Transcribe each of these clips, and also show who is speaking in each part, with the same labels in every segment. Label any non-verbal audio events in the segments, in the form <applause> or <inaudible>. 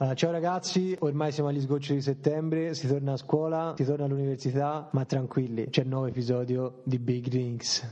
Speaker 1: Ah, ciao ragazzi, ormai siamo agli sgoccioli di settembre, si torna a scuola, si torna all'università, ma tranquilli, c'è il nuovo episodio di Big Drinks.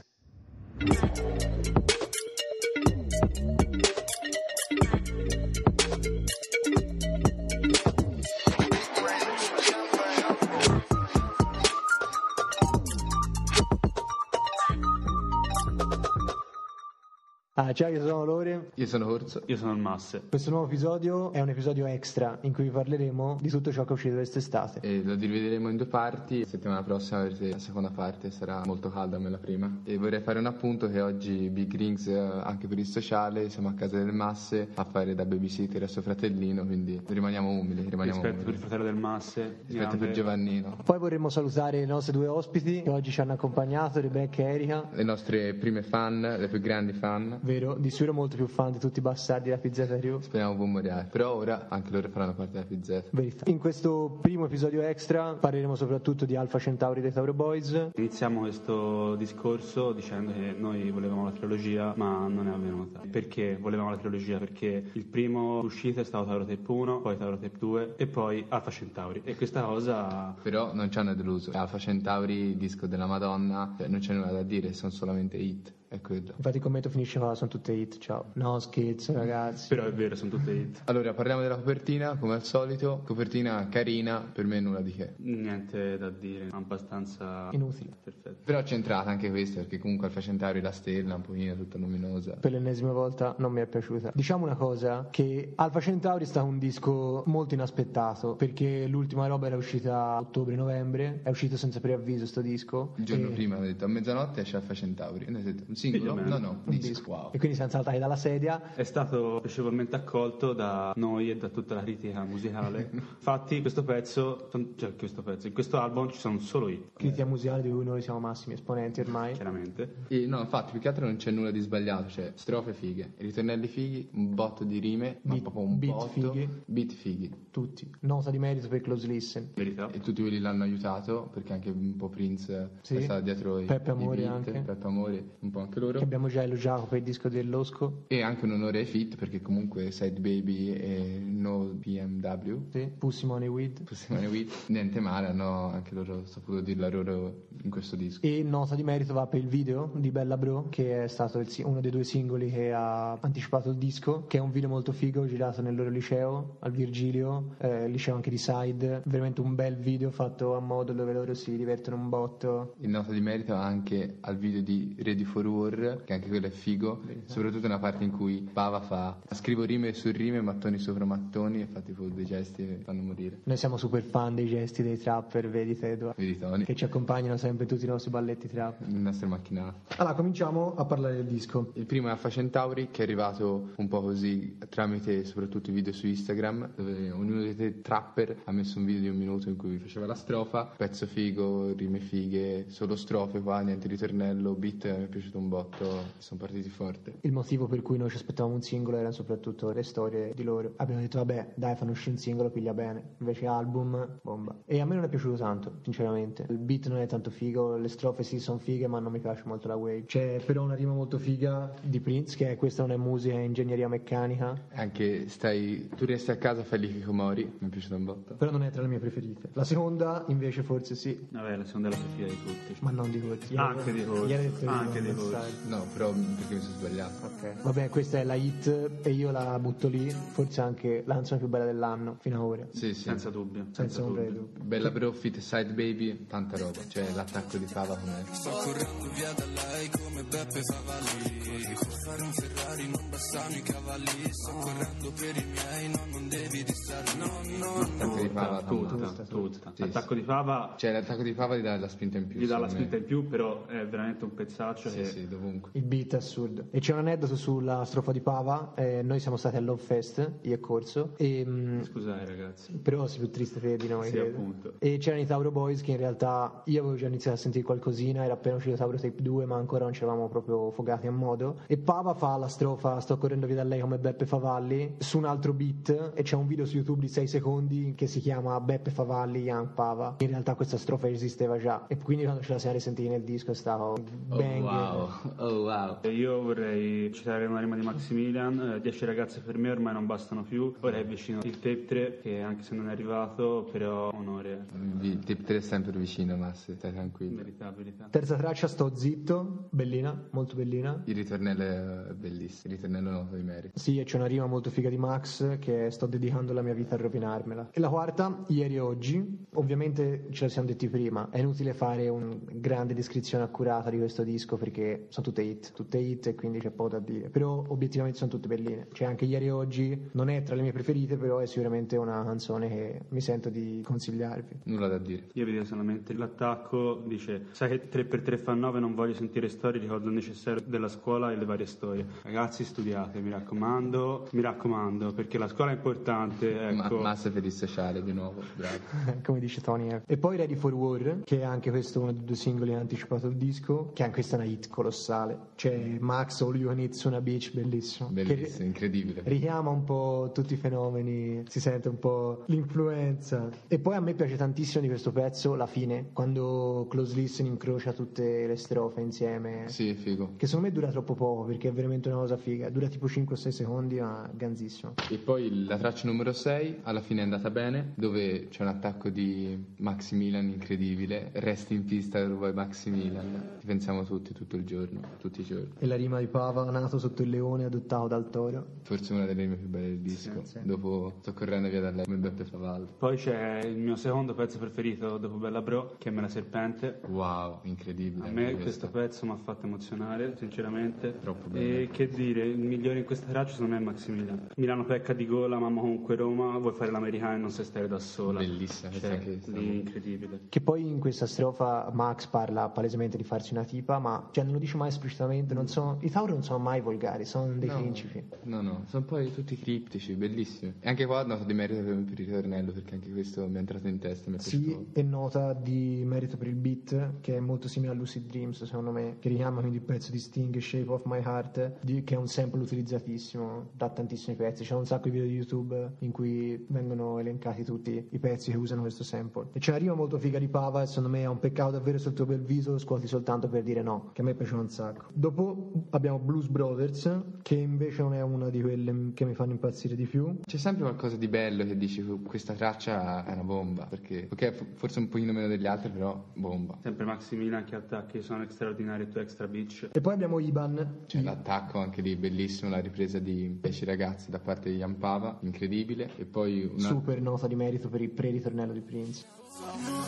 Speaker 1: Ah, ciao, io sono Lore.
Speaker 2: Io sono Orso.
Speaker 3: Io sono il Masse.
Speaker 1: Questo nuovo episodio è un episodio extra in cui vi parleremo di tutto ciò che è uscito quest'estate.
Speaker 2: E lo divideremo in due parti. Settimana prossima avrete la seconda parte, sarà molto calda come la prima. E vorrei fare un appunto che oggi Big Rings, eh, anche per il sociale, siamo a casa del Masse a fare da babysitter a suo fratellino, quindi rimaniamo umili, rimaniamo
Speaker 3: Rispetto per il
Speaker 2: umili.
Speaker 3: fratello del Masse.
Speaker 2: Rispetto per
Speaker 3: grande.
Speaker 2: Giovannino.
Speaker 1: Poi vorremmo salutare i nostri due ospiti che oggi ci hanno accompagnato, Rebecca e Erika.
Speaker 2: Le nostre prime fan, le più grandi fan.
Speaker 1: Vero, di sicuro molto più fan di tutti i bastardi da Pizzeria Rio.
Speaker 2: Speriamo buon moriare. Però ora anche loro faranno parte della pizzetta.
Speaker 1: Verità. In questo primo episodio extra parleremo soprattutto di Alpha Centauri dei Tauro Boys.
Speaker 3: Iniziamo questo discorso dicendo che noi volevamo la trilogia, ma non è avvenuta. Perché volevamo la trilogia? Perché il primo uscito è stato Tauro Tape 1, poi Tauro Tape 2 e poi Alpha Centauri. E questa cosa
Speaker 2: Però non ci hanno deluso. Alfa Centauri, disco della Madonna, cioè, non c'è nulla da dire, sono solamente hit. È quello.
Speaker 1: Infatti il commento finisce qua, sono tutte hit, ciao. No, scherzo ragazzi.
Speaker 3: però è vero, sono tutte hit.
Speaker 2: Allora, parliamo della copertina, come al solito, copertina carina, per me nulla di che.
Speaker 3: Niente da dire, abbastanza
Speaker 1: Inutile.
Speaker 3: perfetto.
Speaker 2: Però c'entrata anche questa, perché comunque Alfa Centauri è la stella, un pochino tutta luminosa.
Speaker 1: Per l'ennesima volta non mi è piaciuta. Diciamo una cosa, che Alpha Centauri è stato un disco molto inaspettato, perché l'ultima roba era uscita a ottobre-novembre, è uscito senza preavviso sto disco.
Speaker 2: Il giorno
Speaker 1: e...
Speaker 2: prima hanno detto a mezzanotte esce Alfa Centauri. E noi abbiamo detto un singolo?
Speaker 3: Figlio
Speaker 2: No,
Speaker 3: mio.
Speaker 2: no, un
Speaker 1: Un
Speaker 2: disco.
Speaker 1: disco.
Speaker 2: Wow.
Speaker 1: E quindi siamo saltati dalla sedia
Speaker 3: È stato piacevolmente accolto da noi e da tutta la critica musicale. Infatti, questo pezzo, cioè questo pezzo, in questo album ci sono solo hit,
Speaker 1: critica musicale di cui noi siamo massimi esponenti ormai.
Speaker 3: chiaramente.
Speaker 2: E no, infatti, più che altro non c'è nulla di sbagliato, cioè strofe fighe, ritornelli fighi, un botto di rime, ma
Speaker 1: Beat-
Speaker 2: proprio un
Speaker 1: beat
Speaker 2: botto,
Speaker 1: fighi.
Speaker 2: beat fighi.
Speaker 1: Tutti. Nota di merito per Close Listen.
Speaker 3: Verità.
Speaker 2: E tutti quelli l'hanno aiutato, perché anche un po' Prince
Speaker 1: Sì.
Speaker 2: è stato dietro i
Speaker 1: Peppe
Speaker 2: i
Speaker 1: Amore
Speaker 2: beat,
Speaker 1: anche.
Speaker 2: Peppe Amore, un po' anche loro.
Speaker 1: Che abbiamo già elogiato per il disco dell'Osco.
Speaker 2: E anche un onore ai fit perché comunque Side Baby e No BMW,
Speaker 1: Sì. Pussy Money Weed.
Speaker 2: possiamo dire, qui, niente male, hanno anche loro saputo dirla loro in questo disco.
Speaker 1: E nota di merito va per il video di Bella Bro, che è stato il si- uno dei due singoli che ha anticipato il disco, che è un video molto figo girato nel loro liceo, al Virgilio, eh, liceo anche di Side. Veramente un bel video fatto a modo dove loro si divertono un botto.
Speaker 2: Il nota di merito anche al video di Ready for War, che anche quello è figo, soprattutto nella parte in cui Pava fa scrivo rime su rime, mattoni sopra mattoni e fa tipo dei gesti che fanno morire.
Speaker 1: Noi siamo super fan dei gesti dei trapper, vedi Tedua,
Speaker 2: Vedi Tony,
Speaker 1: che ci accompagnano sempre in tutti i nostri balletti trap.
Speaker 2: il nostro macchinato.
Speaker 1: Allora, cominciamo a parlare del disco.
Speaker 2: Il primo è Alpha Centauri che è arrivato un po' così tramite soprattutto i video su Instagram dove ognuno dei tre trapper ha messo un video di un minuto in cui faceva la strofa, pezzo figo, rime fighe, solo strofe qua, niente ritornello, beat mi è piaciuto un botto, sono partiti forte.
Speaker 1: Il motivo per cui noi ci aspettavamo un singolo erano soprattutto le storie di loro. Abbiamo detto, vabbè, dai, fanno uscire un singolo, piglia bene. Invece album, bomba. E a me non è piaciuto tanto, sinceramente. Il beat non è tanto figo, le strofe sì sono fighe, ma non mi piace molto la wave. C'è però una rima molto figa di Prince, che è questa non è musica, è ingegneria meccanica.
Speaker 2: Anche stai, tu resti a casa, fai lì Komori, mi è piaciuto un botto.
Speaker 1: Però non è tra le mie preferite. La seconda, invece, forse sì.
Speaker 3: Vabbè, la seconda è la preferita di tutti.
Speaker 1: Ma non di corsi.
Speaker 3: Anche di Corsi.
Speaker 1: Ieri ho detto io,
Speaker 3: Anche di
Speaker 1: non
Speaker 3: Corsi.
Speaker 1: sai.
Speaker 2: No, però perché mi sono sbagliato.
Speaker 1: Ok. Vabbè, questa è la hit e io la butto lì, forse anche la canzone più bella dell'anno, fino ad ora.
Speaker 2: Sì, sì.
Speaker 3: Senza dubbio. Senza,
Speaker 1: Senza un
Speaker 3: dubbio.
Speaker 1: credo.
Speaker 2: Bella bro, fit, side baby, tanta roba. Cioè l'attacco di Pava com'è.
Speaker 4: Sto correndo via da lei come Beppe Favalli Per fare un Ferrari non bastano i cavalli Sto correndo per i miei, no non devi distrarre No, no, no
Speaker 2: L'attacco di Pava,
Speaker 3: Tutta,
Speaker 2: tanta.
Speaker 3: tutta, tutta.
Speaker 2: Sì,
Speaker 3: L'attacco di Fava
Speaker 2: Cioè, l'attacco di Pava gli dà la spinta in più.
Speaker 3: gli dà la
Speaker 2: secondo
Speaker 3: spinta cioè.
Speaker 2: me.
Speaker 3: in più, però è veramente un pezzaccio che
Speaker 2: Sì, sì, dovunque.
Speaker 1: Il beat è assurdo. E c'è un aneddoto sulla strofa di Pava. eh, noi siamo stati all'Home Fest, io e Corso, e, mm,
Speaker 3: Scusate ragazzi.
Speaker 1: però sei più triste te di noi.
Speaker 3: Sì,
Speaker 1: credo.
Speaker 3: appunto.
Speaker 1: E c'erano i Tauro Boys che in realtà io avevo già iniziato a sentire qualcosina, era appena uscito Tauro Tape 2, ma ancora non ci eravamo proprio fogati a modo. E Pava fa la strofa Sto correndo via da lei come Beppe Favalli su un altro beat e c'è un video su YouTube di 6 secondi che si chiama Beppe Favalli Young Pava. In realtà questa strofa esisteva già e quindi quando ce la siamo risentiti nel disco è stato un
Speaker 2: Oh
Speaker 1: bang.
Speaker 2: wow, oh wow.
Speaker 3: E Io vorrei citare una rima di Maximilian, eh, 10 ragazze per me ormai non bastano più, ora è vicino il tape 3 che anche se non è arrivato però onore,
Speaker 2: Vi- Tip 3 è sempre vicino, Massi, stai tranquillo.
Speaker 3: verità, verità.
Speaker 1: Terza traccia, sto zitto, bellina, molto bellina.
Speaker 2: Il ritornello è eh, bellissimo, il ritornello noto di Mary.
Speaker 1: Sì, e c'è una rima molto figa di Max che è sto dedicando la mia vita a rovinarmela. E la quarta, ieri e oggi, ovviamente ce la siamo detti prima, è inutile fare una grande descrizione accurata di questo disco perché sono tutte hit, tutte hit e quindi c'è poco da dire, però obiettivamente sono tutte belline. Cioè anche ieri e oggi non è tra le mie preferite, però è sicuramente una canzone che mi sento di consigliarvi.
Speaker 2: Nulla da dire.
Speaker 3: Io vedo solamente l'attacco, dice Sai che 3x3 fa 9, non voglio sentire storie, ricordo il necessario della scuola e le varie storie. Ragazzi studiate, mi raccomando, mi raccomando, perché la scuola è importante,
Speaker 2: Ma-
Speaker 3: ecco.
Speaker 2: Massa per il sociale di nuovo, bravo.
Speaker 1: <laughs> come dice Tony F. E poi Ready for War, che è anche questo uno dei due singoli anticipato al disco, che anche questa è una hit colossale. C'è Max All You Can Eat Una Beach, bellissimo.
Speaker 2: Bellissimo,
Speaker 1: Che
Speaker 2: incredibile.
Speaker 1: richiama un po' tutti i fenomeni, si sente un po' l'influenza. E poi a me piace tantissimo di questo pezzo la fine, quando Close Listen incrocia tutte le strofe insieme.
Speaker 2: Sì, figo.
Speaker 1: Che secondo me dura troppo poco perché è veramente una cosa figa. Dura tipo 5-6 secondi, ma ganzissimo.
Speaker 2: E poi la traccia numero 6, alla fine è andata bene, dove c'è un attacco di Maximilian incredibile. Resti in pista, Uruguay Maximilian. Ti pensiamo tutti, tutto il giorno, tutti i giorni.
Speaker 1: E la rima di Pava, nato sotto il leone, adottato dal toro.
Speaker 2: Forse una delle mie più belle del disco.
Speaker 1: Sì, sì.
Speaker 2: Dopo sto correndo via da lei come Beppe Favalli.
Speaker 3: Poi c'è il mio secondo pezzo preferito dopo Bella Bro, che è Me la Serpente.
Speaker 2: Wow, incredibile.
Speaker 3: A
Speaker 2: anche
Speaker 3: me
Speaker 2: questa.
Speaker 3: questo pezzo mi ha fatto emozionare, sinceramente.
Speaker 2: Troppo
Speaker 3: E
Speaker 2: bene.
Speaker 3: che dire, il migliore in questa traccia secondo me è Maximilian. Milano pecca di gola, mamma comunque Roma, vuoi fare l'americana e non sei stare da sola.
Speaker 2: Bellissima questa
Speaker 3: Cioè,
Speaker 2: anche questa.
Speaker 3: lì incredibile.
Speaker 1: Che poi in questa strofa Max parla palesemente di farsi una tipa, ma cioè, non lo dice mai esplicitamente. non sono- I Tauro non sono mai volgari, sono dei
Speaker 2: No,
Speaker 1: principi.
Speaker 2: No, no, sono poi tutti criptici, bellissimi. E anche qua noto di merito per, per il ritornello, perché anche questo mi è entrato in testa, mi è
Speaker 1: Sì,
Speaker 2: piaciuto.
Speaker 1: e nota di merito per il beat, che è molto simile a Lucid Dreams, secondo me, che richiama quindi il pezzo di Sting, Shape of My Heart, di- che è un sample utilizzatissimo da tantissimi pezzi. C'è un sacco di video di YouTube in cui vengono elencati tutti i pezzi che usano questo sample. E c'è una rima molto figa di Pava, e secondo me è un peccato davvero sul tuo bel viso, lo scuoti soltanto per dire no, che a me piaceva un sacco. Dopo abbiamo Blues Brothers, che invece non è una di quelle che mi fanno impazzire di più,
Speaker 2: C'è sempre qualcosa di bello che dici, "Oh, questa traccia è una bomba, perché, ok, fo- forse un pochino meno degli altri, però bomba.
Speaker 3: Sempre Maximilian che attacchi sono straordinari e tu extra bitch.
Speaker 1: E poi abbiamo Iban.
Speaker 2: C'è l'attacco anche lì, bellissimo, la ripresa di 10 ragazzi da parte di Ampava, incredibile. E poi una...
Speaker 1: Super nota di merito per il pre-ritornello di Prince.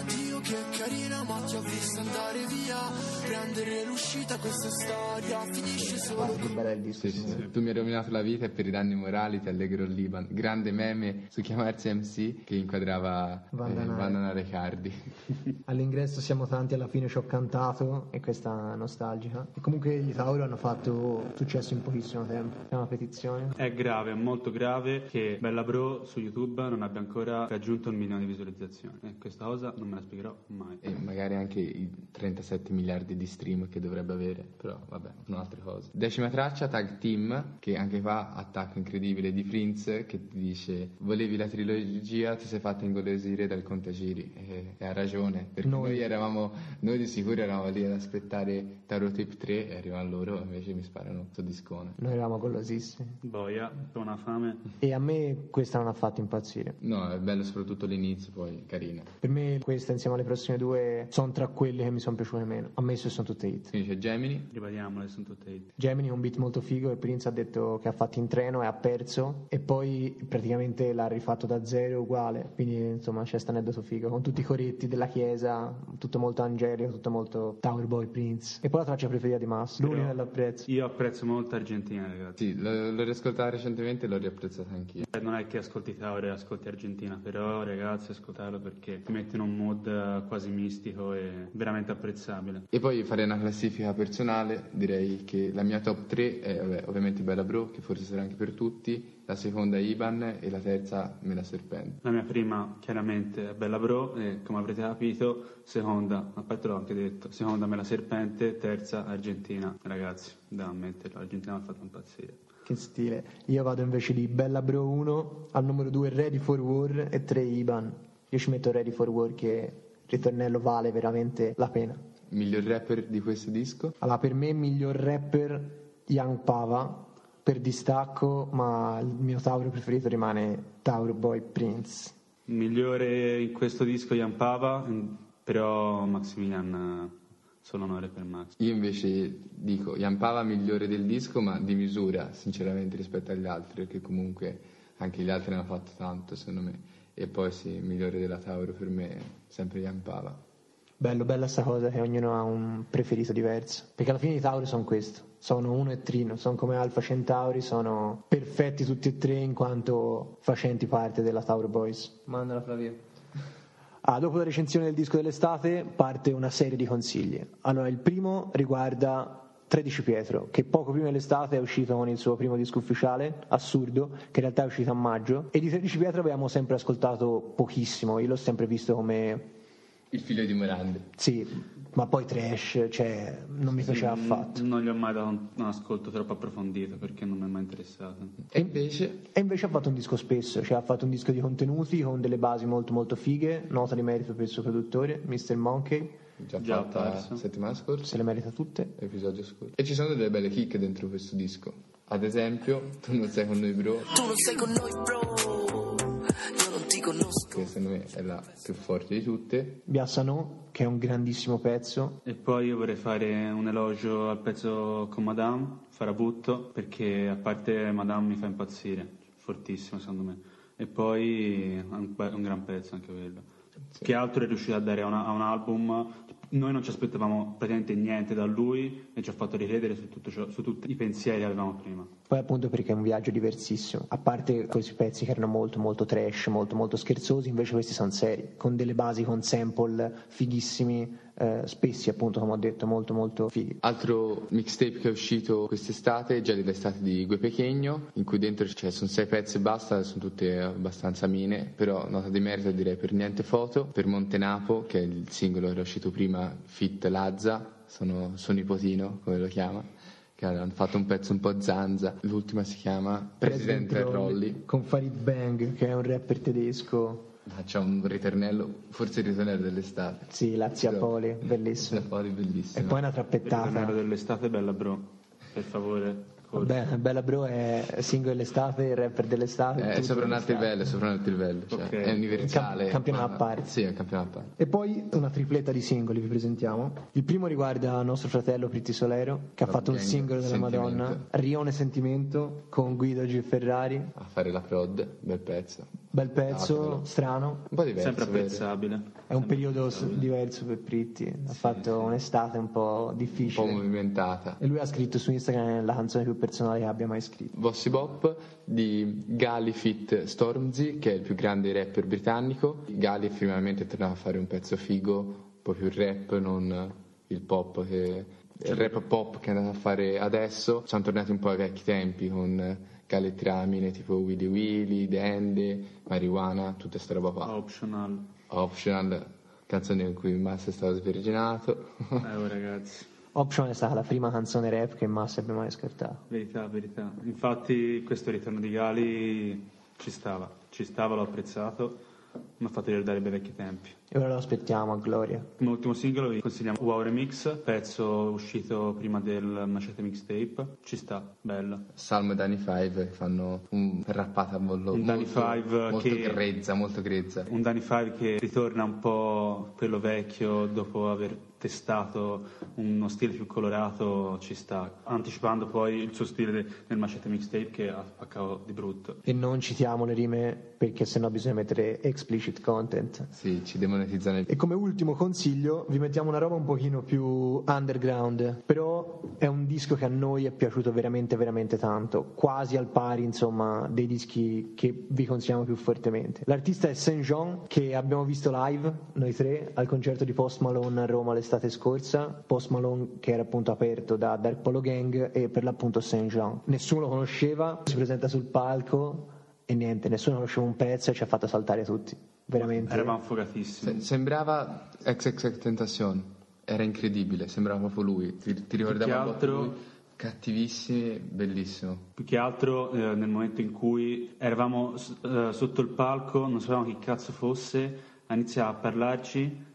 Speaker 4: Dio che carina ma ti ho visto andare via Prendere l'uscita questa storia Finisce solo
Speaker 1: Guarda che bella il disco.
Speaker 2: Sì, sì,
Speaker 1: signore.
Speaker 2: sì. Tu mi hai rovinato la vita e per i danni morali ti allegro il Liban. Grande meme su chiamarsi MC che inquadrava
Speaker 1: Vandanare.
Speaker 2: eh, Vandanare Cardi.
Speaker 1: All'ingresso siamo tanti, alla fine ci ho cantato e questa è nostalgica. E comunque gli Tauro hanno fatto successo in pochissimo tempo. È una petizione.
Speaker 3: È grave, è molto grave che Bella Bro su YouTube non abbia ancora raggiunto il milione di visualizzazioni. E questa cosa non me la spiegherò mai.
Speaker 2: e magari anche i 37 miliardi di stream che dovrebbe avere, però vabbè, sono altre cose. Decima traccia, Tag Team, che anche fa attacco incredibile di Prince che ti dice volevi la trilogia, ti sei fatta ingolosire dal Contagiri e, e ha ragione, perché
Speaker 1: Noi.
Speaker 2: noi. eravamo, noi di sicuro eravamo lì ad aspettare Tarot Tape 3 e arrivano loro, invece mi sparano sto discone.
Speaker 1: Noi eravamo golosissimi.
Speaker 3: Boia, ho una fame.
Speaker 1: E a me questa non ha fatto impazzire.
Speaker 2: No, è bello soprattutto l'inizio, poi carina.
Speaker 1: Per me questa insieme alle prossime due sono tra quelle che mi sono piaciute meno. Ammesso che sono tutte hit.
Speaker 2: Quindi c'è Gemini,
Speaker 3: Ribadiamole, sono tutte hit.
Speaker 1: Gemini è un beat molto figo e Prince ha detto che ha fatto in treno e ha perso e poi praticamente l'ha rifatto da zero uguale, quindi insomma c'è questo aneddoto figo con tutti i coretti della chiesa, tutto molto angelico, tutto molto Tower Boy Prince. E poi la traccia preferita di Mass, l'unica che l'apprezzo.
Speaker 3: Io apprezzo molto Argentina, ragazzi.
Speaker 2: sì, l'ho, l'ho riascoltata recentemente e l'ho riapprezzata anch'io.
Speaker 3: Eh, Non è che ascolti Taure, ascolti Argentina, però ragazzi, ascoltarlo perché ti mette in un mood eh, quasi mistico e veramente apprezzabile.
Speaker 2: E poi farei una classifica personale, direi che la mia top 3 è vabbè, ovviamente Bella Bro, che forse sarà anche per tutti, la seconda è Iban e la terza Mela Serpente.
Speaker 3: La mia prima chiaramente è Bella Bro e come avrete capito, seconda, aspetta l'ho anche detto, seconda Mela Serpente, terza Argentina. Ragazzi, da ammetterlo, l'Argentina mi ha fatto impazzire.
Speaker 1: Che stile. Io vado invece di Bella Bro 1 al numero 2 Ready for War e 3 Iban. Io ci metto Ready for War che il ritornello vale veramente la pena.
Speaker 2: Miglior rapper di questo disco?
Speaker 1: Allora, per me miglior rapper Young Pava per distacco, ma il mio Tauro preferito rimane Tauro Boy Prince.
Speaker 3: Migliore in questo disco Jan Pava, però Maximilian eh, solo onore per Max.
Speaker 2: Io invece dico Yampava migliore del disco, ma di misura, sinceramente, rispetto agli altri, perché comunque anche gli altri ne hanno fatto tanto, secondo me. E poi sì, migliore della Tauro per me, sempre Yampava.
Speaker 1: Bello, bella sta cosa che ognuno ha un preferito diverso. Perché alla fine i Tauri sono questo. Sono uno e trino, sono come Alfa Centauri, sono perfetti tutti e tre in quanto facenti parte della Tauro Boys.
Speaker 5: Mandala Flavio.
Speaker 1: Ah, dopo la recensione del disco dell'estate parte una serie di consigli. Allora, il primo riguarda 13 Pietro, che poco prima dell'estate è uscito con il suo primo disco ufficiale, Assurdo, che in realtà è uscito a maggio. E di 13 Pietro abbiamo sempre ascoltato pochissimo, io l'ho sempre visto come
Speaker 2: Il figlio di Morandi.
Speaker 1: Sì, ma poi trash, cioè, non mi piaceva
Speaker 3: Mm,
Speaker 1: affatto.
Speaker 3: Non gli ho mai dato un un ascolto troppo approfondito perché non mi è mai interessato.
Speaker 2: E invece
Speaker 1: E invece ha fatto un disco spesso, cioè ha fatto un disco di contenuti con delle basi molto molto fighe, nota di merito per il suo produttore, Mr. Monkey,
Speaker 2: già,
Speaker 3: Già
Speaker 2: fatta
Speaker 3: apparso.
Speaker 2: settimana scorsa,
Speaker 1: se le merita tutte.
Speaker 2: episodio scorso. E ci sono delle belle chicche dentro questo disco. Ad esempio, tu non sei con noi bro,
Speaker 4: Tu non sei con noi, bro. Io non ti conosco.
Speaker 2: che secondo me è la più forte di tutte.
Speaker 1: Biassano, che è un grandissimo pezzo,
Speaker 3: E poi io vorrei fare un elogio al pezzo con Madame, Farabutto, perché a parte Madame mi fa impazzire, fortissimo secondo me. E poi è un, be- un gran pezzo anche quello. Che altro è riuscito a dare a, una- a un album? Noi non ci aspettavamo praticamente niente da lui e ci ha fatto ricredere su, tutto ciò- su tutti i pensieri che avevamo prima.
Speaker 1: poi appunto perché è un viaggio diversissimo, a parte questi pezzi che erano molto molto trash, molto molto scherzosi, invece questi sono seri, con delle basi, con sample fighissimi, eh, spessi appunto come ho detto, molto molto fighi.
Speaker 2: Altro mixtape che è uscito quest'estate, già dell'estate di Gue Pechegno, in cui dentro c'è sono sei pezzi e basta, sono tutte abbastanza mine, però nota di merito direi per niente foto, per Montenapo, che è il singolo che era uscito prima, Fit Lazza, sono suo nipotino, come lo chiama, che hanno fatto un pezzo un po' zanza, l'ultima si chiama Presidente Rolli,
Speaker 1: Con Farid Bang, che è un rapper tedesco.
Speaker 2: Ah, c'è un ritornello, forse il ritornello dell'estate.
Speaker 1: Sì, la zia Poli, bellissimo.
Speaker 2: La Poli è
Speaker 1: E
Speaker 2: bellissima.
Speaker 1: poi una
Speaker 3: Il torneo
Speaker 1: trappettata.
Speaker 3: dell'estate, bella bro, per favore. corri.
Speaker 1: Beh, Bella Bro è single dell'estate, rapper dell'estate.
Speaker 2: È
Speaker 1: tutto
Speaker 2: Eh, sopra un altro
Speaker 1: dell'estate.
Speaker 2: livello, sopra un altro livello, cioè,
Speaker 3: Ok.
Speaker 2: è universale.
Speaker 1: Camp- campionato
Speaker 2: ma-
Speaker 1: a parte.
Speaker 2: Sì, è un campionato a parte.
Speaker 1: E poi una tripletta di singoli vi presentiamo. Il primo riguarda nostro fratello Pritti Solero, che ha
Speaker 2: La
Speaker 1: fatto un
Speaker 2: gang
Speaker 1: singolo della
Speaker 2: Sentimento.
Speaker 1: Madonna, Rione Sentimento, con Guido G. Ferrari.
Speaker 2: a fare la prod, bel pezzo.
Speaker 1: Bel pezzo,
Speaker 2: Datelo.
Speaker 1: strano.
Speaker 2: Un po' diverso.
Speaker 3: Sempre
Speaker 2: vero?
Speaker 3: apprezzabile.
Speaker 1: È un
Speaker 3: Sempre
Speaker 1: periodo s-
Speaker 3: apprezzabile.
Speaker 1: diverso per Pritti. Ha fatto un'estate un po'
Speaker 2: Un po'
Speaker 1: difficile.
Speaker 2: movimentata.
Speaker 1: E lui ha scritto su Instagram la canzone più personale che abbia mai scritto.
Speaker 2: Bossy Bop di Galifit Stormzy, che è il più grande rapper britannico. Galif finalmente è tornato a fare un pezzo figo, un po' più rap, non il pop che... Il rap pop che è andato a fare adesso. Siamo tornati un po' ai vecchi tempi con galetramine tipo Willy Willy, Dende, Marijuana, tutta sta roba qua.
Speaker 3: Oh. Optional.
Speaker 2: Optional, canzone in cui Massa è stato sverginato. <laughs>
Speaker 3: Eh, oh, ragazzi.
Speaker 1: Option è stata la prima canzone rap che Massa abbia mai ascoltato.
Speaker 3: Verità, verità. Infatti questo ritorno di Gali ci stava, ci stava, l'ho apprezzato, mi ha fatto ricordare i bei vecchi tempi.
Speaker 1: E ora lo aspettiamo a Gloria.
Speaker 3: Come ultimo singolo vi consigliamo Wow Remix, pezzo uscito prima del Machete Mixtape, ci sta, bello.
Speaker 2: Salmo e Danny 5 che fanno un rappata a bollo
Speaker 3: Un Danny
Speaker 2: molto-
Speaker 3: Five
Speaker 2: molto
Speaker 3: che-
Speaker 2: grezza, molto grezza.
Speaker 3: Un Danny Five che ritorna un po' quello vecchio dopo aver testato uno stile più colorato, ci sta, anticipando poi il suo stile de- nel Machete Mixtape che ha spaccato di brutto.
Speaker 1: E non citiamo le rime perché sennò bisogna mettere ex explicit content.
Speaker 2: Sì, ci demonetizzano il
Speaker 1: E come ultimo consiglio vi mettiamo una roba un pochino più underground, però è un disco che a noi è piaciuto veramente veramente tanto, quasi al pari insomma dei dischi che vi consigliamo più fortemente. L'artista è Saint Jean che abbiamo visto live noi tre al concerto di Post Malone a Roma l'estate scorsa, Post Malone che era appunto aperto da Dark Polo Gang e per l'appunto Saint Jean. Nessuno lo conosceva, si presenta sul palco e niente, nessuno conosceva un pezzo e ci ha fatto saltare tutti. Veramente.
Speaker 3: Eravamo
Speaker 2: Se-
Speaker 3: fogatissimi.
Speaker 2: Sembrava XXX Tentacion, era incredibile, sembrava proprio lui, ti, ti ricordava
Speaker 3: che
Speaker 2: un po'
Speaker 3: altro-
Speaker 2: lui, cattivissimi, bellissimo.
Speaker 3: Più che altro eh, nel momento in cui eravamo s- eh, sotto il palco, non sapevamo chi cazzo fosse, ha iniziato a parlarci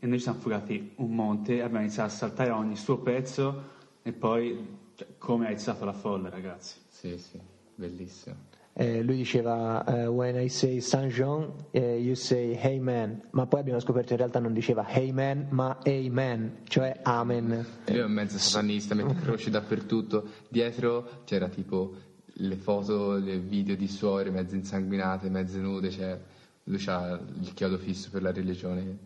Speaker 3: e noi ci siamo fugati un monte, abbiamo iniziato a saltare ogni suo pezzo e poi cioè, come ha iniziato la folla ragazzi.
Speaker 2: Sì, sì, bellissimo.
Speaker 1: Eh, lui diceva eh, When I say Saint Jean, eh, you say Hey man. Ma poi abbiamo scoperto in realtà non diceva Hey man, ma Amen, cioè Amen.
Speaker 2: E Lui è un mezzo
Speaker 1: <laughs>
Speaker 2: satanista, mette croci dappertutto. Dietro c'era tipo le foto, le video di suore mezze insanguinate, mezze nude, cioè lui ha il chiodo fisso per la religione,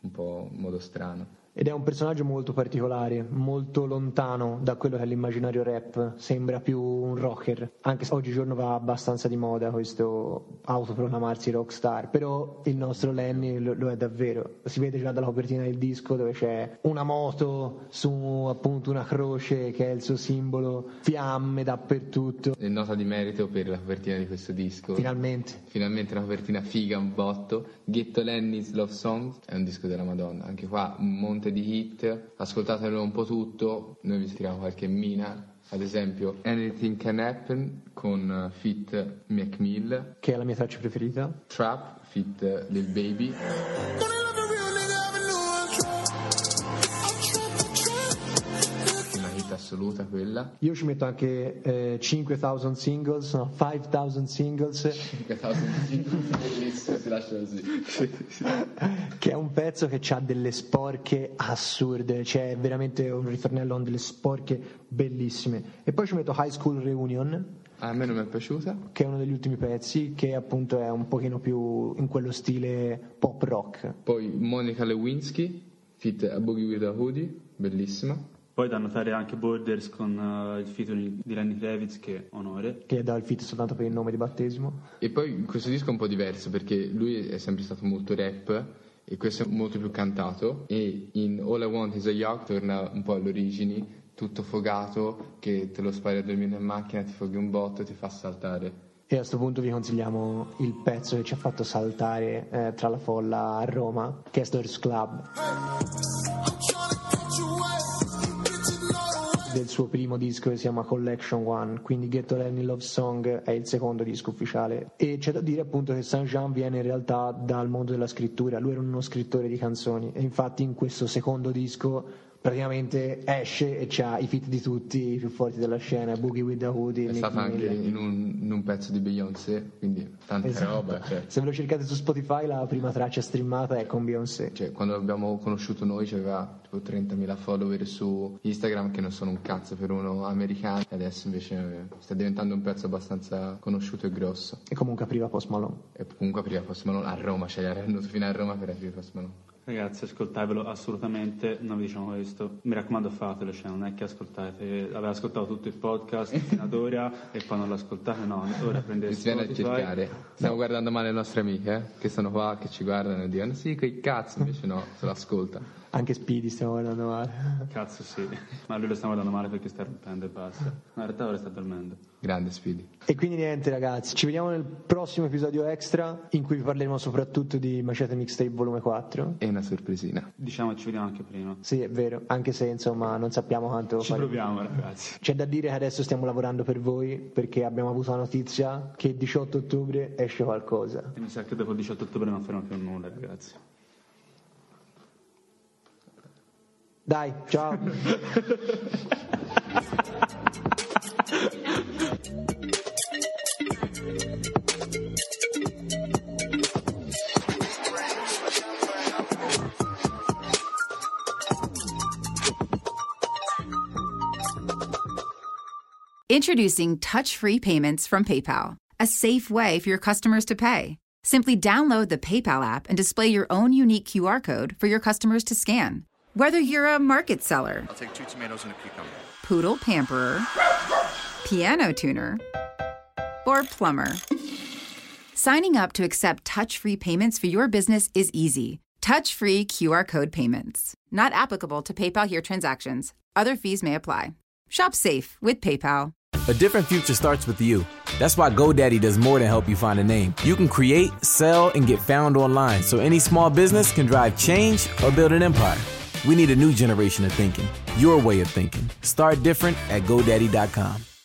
Speaker 2: un po' in modo strano.
Speaker 1: Ed è un personaggio molto particolare, molto lontano da quello che è l'immaginario rap, sembra più un rocker, anche se oggigiorno va abbastanza di moda questo autoproclamarsi rockstar, però il nostro Lenny lo, lo è davvero, si vede già dalla copertina del disco dove c'è una moto su appunto una croce che è il suo simbolo, fiamme dappertutto,
Speaker 2: E nota di merito per la copertina di questo disco.
Speaker 1: finalmente.
Speaker 2: Finalmente una copertina figa, un botto. Ghetto Lenny's Love Songs è un disco della Madonna. Anche qua un monte di hit. Ascoltatelo un po' tutto. Noi vi tiriamo qualche mina. Ad esempio, Anything Can Happen con eh, Fit Macmill,
Speaker 1: che è la mia traccia preferita.
Speaker 2: Trap Fit Lil Baby, una hit assoluta quella.
Speaker 1: Io ci metto anche eh, 5000 singles, no, 5000 singles,
Speaker 2: 5000 singles, <laughs> bellissimo, si lascia così.
Speaker 1: che è un pezzo che ha delle sporche assurde, cioè è veramente un ritornello con delle sporche bellissime. E poi ci metto High School Reunion,
Speaker 2: A me non mi è piaciuta.
Speaker 1: che è uno degli ultimi pezzi, che appunto è un pochino più in quello stile pop rock.
Speaker 2: Poi Monica Lewinsky, Fit A Boogie With A Hoodie, bellissima.
Speaker 3: Poi da notare anche Borders con eh, il featuring di Lenny Kravitz che onore.
Speaker 1: Che dà il fit soltanto per il nome di battesimo.
Speaker 2: E poi questo disco è un po' diverso perché lui è sempre stato molto rap e questo è molto più cantato e in All I Want Is a Yacht torna un po' alle origini, tutto fogato che te lo spari a dormire in macchina, ti foghi un botto e ti fa saltare.
Speaker 1: E a questo punto vi consigliamo il pezzo che ci ha fatto saltare eh, tra la folla a Roma, che è Stores Club. del suo primo disco che si chiama Collection One, quindi Ghetto Lenny Love Song è il secondo disco ufficiale. E c'è da dire appunto che Saint Jean viene in realtà dal mondo della scrittura, lui era uno scrittore di canzoni e infatti in questo secondo disco praticamente esce e c'ha i fit di tutti i più forti della scena, Boogie with the Hoodie,
Speaker 2: È
Speaker 1: Nick
Speaker 2: stato anche
Speaker 1: Miller.
Speaker 2: in un, in un pezzo di Beyoncé, quindi tanta
Speaker 1: Esatto.
Speaker 2: roba. Cioè,
Speaker 1: Se ve lo cercate su Spotify la prima traccia streamata è con Beyoncé.
Speaker 2: cioè, quando l'abbiamo conosciuto noi c'aveva tipo 30.000 follower su Instagram che non sono un cazzo per uno americano e adesso invece eh, sta diventando un pezzo abbastanza conosciuto e grosso.
Speaker 1: E comunque apriva Post Malone.
Speaker 2: E comunque apriva Post Malone a Roma, cioè era andato fino a Roma per aprire Post Malone.
Speaker 3: Ragazzi, ascoltatevelo assolutamente, non vi diciamo questo. Mi raccomando, fatelo, cioè non è che ascoltate, avete ascoltato tutto il podcast fino ad ora e poi non l'ascoltate, no, ora
Speaker 2: <laughs>
Speaker 3: prendete
Speaker 2: Ci si viene a
Speaker 3: Spotify.
Speaker 2: cercare. Stiamo guardando male le nostre amiche, eh, che sono qua, che ci guardano e dicono sì, che cazzo, invece no, se l'ascolta.
Speaker 1: Anche Speedy stiamo guardando male.
Speaker 3: Cazzo sì, ma lui lo sta guardando male perché sta rompendo e basta. Ma in realtà ora sta dormendo.
Speaker 2: Grande Speedy.
Speaker 1: E quindi niente ragazzi, ci vediamo nel prossimo episodio extra in cui vi parleremo soprattutto di Machete Mixtape volume 4.
Speaker 2: E una sorpresina.
Speaker 3: Diciamo che ci vediamo anche prima.
Speaker 1: Sì, è vero, anche se insomma non sappiamo quanto
Speaker 3: Ci
Speaker 1: fare.
Speaker 3: proviamo ragazzi.
Speaker 1: C'è da dire che adesso stiamo lavorando per voi perché abbiamo avuto la notizia che il 18 ottobre esce qualcosa.
Speaker 3: E mi sa che dopo il 18 ottobre non faremo più nulla ragazzi.
Speaker 1: Dai, ciao!
Speaker 2: <laughs>
Speaker 6: Introducing touch free payments from PayPal, a safe way for your customers to pay. Simply download the PayPal app and display your own unique QR code for your customers to scan. Whether you're a market seller,
Speaker 5: I'll take two tomatoes and a cucumber.
Speaker 6: poodle pamperer, piano tuner, or plumber. Signing up to accept touch free payments for your business is easy. Touch free QR code payments. Not applicable to PayPal here transactions. Other fees may apply. Shop safe with PayPal.
Speaker 7: A different future starts with you. That's why GoDaddy does more than help you find a name. You can create, sell, and get found online so any small business can drive change or build an empire. We need a new generation of thinking, your way of thinking. Start different at GoDaddy.com.